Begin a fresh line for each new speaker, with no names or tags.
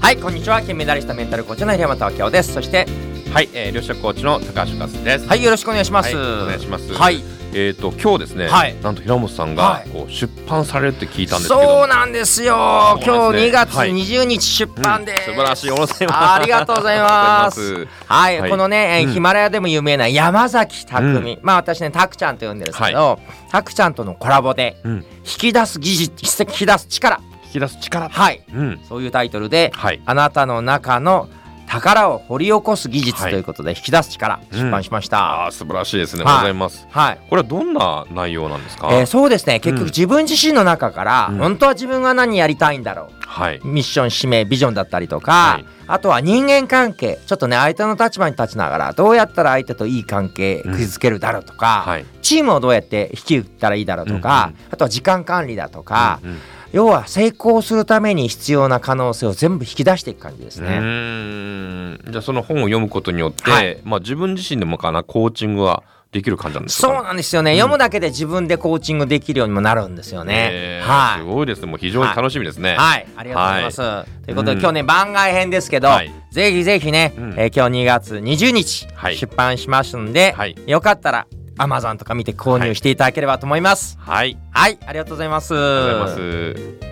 はいこんにちは金メダリストメンタルコーチの平本明夫ですそして
はい、えー、両者コーチの高橋和也です。
はいよろしくお願いします、
はいお願いします
はい
えっ、と今日ですね、
はい
なんと平本さん
は
が
い
こう出版されるって聞いたんですけど、
そうなんですよ
そ
今
う
日
ですね
2月
はい
20日出版です、
素晴らしいおめでとうございます
ありがとうございます
ありがとうございます
はい、
はい
このね、えー
うん
ヒマラヤでも有名な山崎匠、まあ私ねタクちゃんと呼んでるんですけど、タクちゃんとのコラボで
うん、
引き出す技術引き出す力
引き出す力、
はい
うん、
そういうタイトルで、
はい
あなたの中の宝を掘り起こす技術
は
と
い
いうことで引き出す力
うん
出版しまし
あ
た、
あ素晴らしいですね。
はい
ございます。
はい
これはどんな内容なんですか。
えーそうですね結
うん
局自分自身の中から、
うん
本当は自分が何やりたいんだろ
はい、
うミッション使命ビジョンだったりとか、
はい
あとは人間関係ちょっとね相手の立場に立ちながらどうやったら相手といい関係
うん
築けるだろうとか、
はい、
チームをどうやって率いたらいいだろうとか、あとは時間管理だとか、
うんうん
要は成功するために必要な可能性を全部引き出していく感じです
う
ね。
ーんじゃあその本を読むことによって、
はい
まあ自分自身でもかなコーチングはできる感じなんですか
そう
ね。
なんですよね、読むだけで自分でコーチングできるようにもなるんですよね。
えー
はい
すごいですね。もう非常に楽しみですね。
はい、ありがとうございます。ということで、
うん
今日ね番外編ですけど、
はい
ぜひぜひね、
うん
えー今日2月20日、
はい
出版しますんで、
はい
よかったら Amazon とか見て購入していただければと思います。
はい、
はい、ありがとうございます。
ありがとうございます。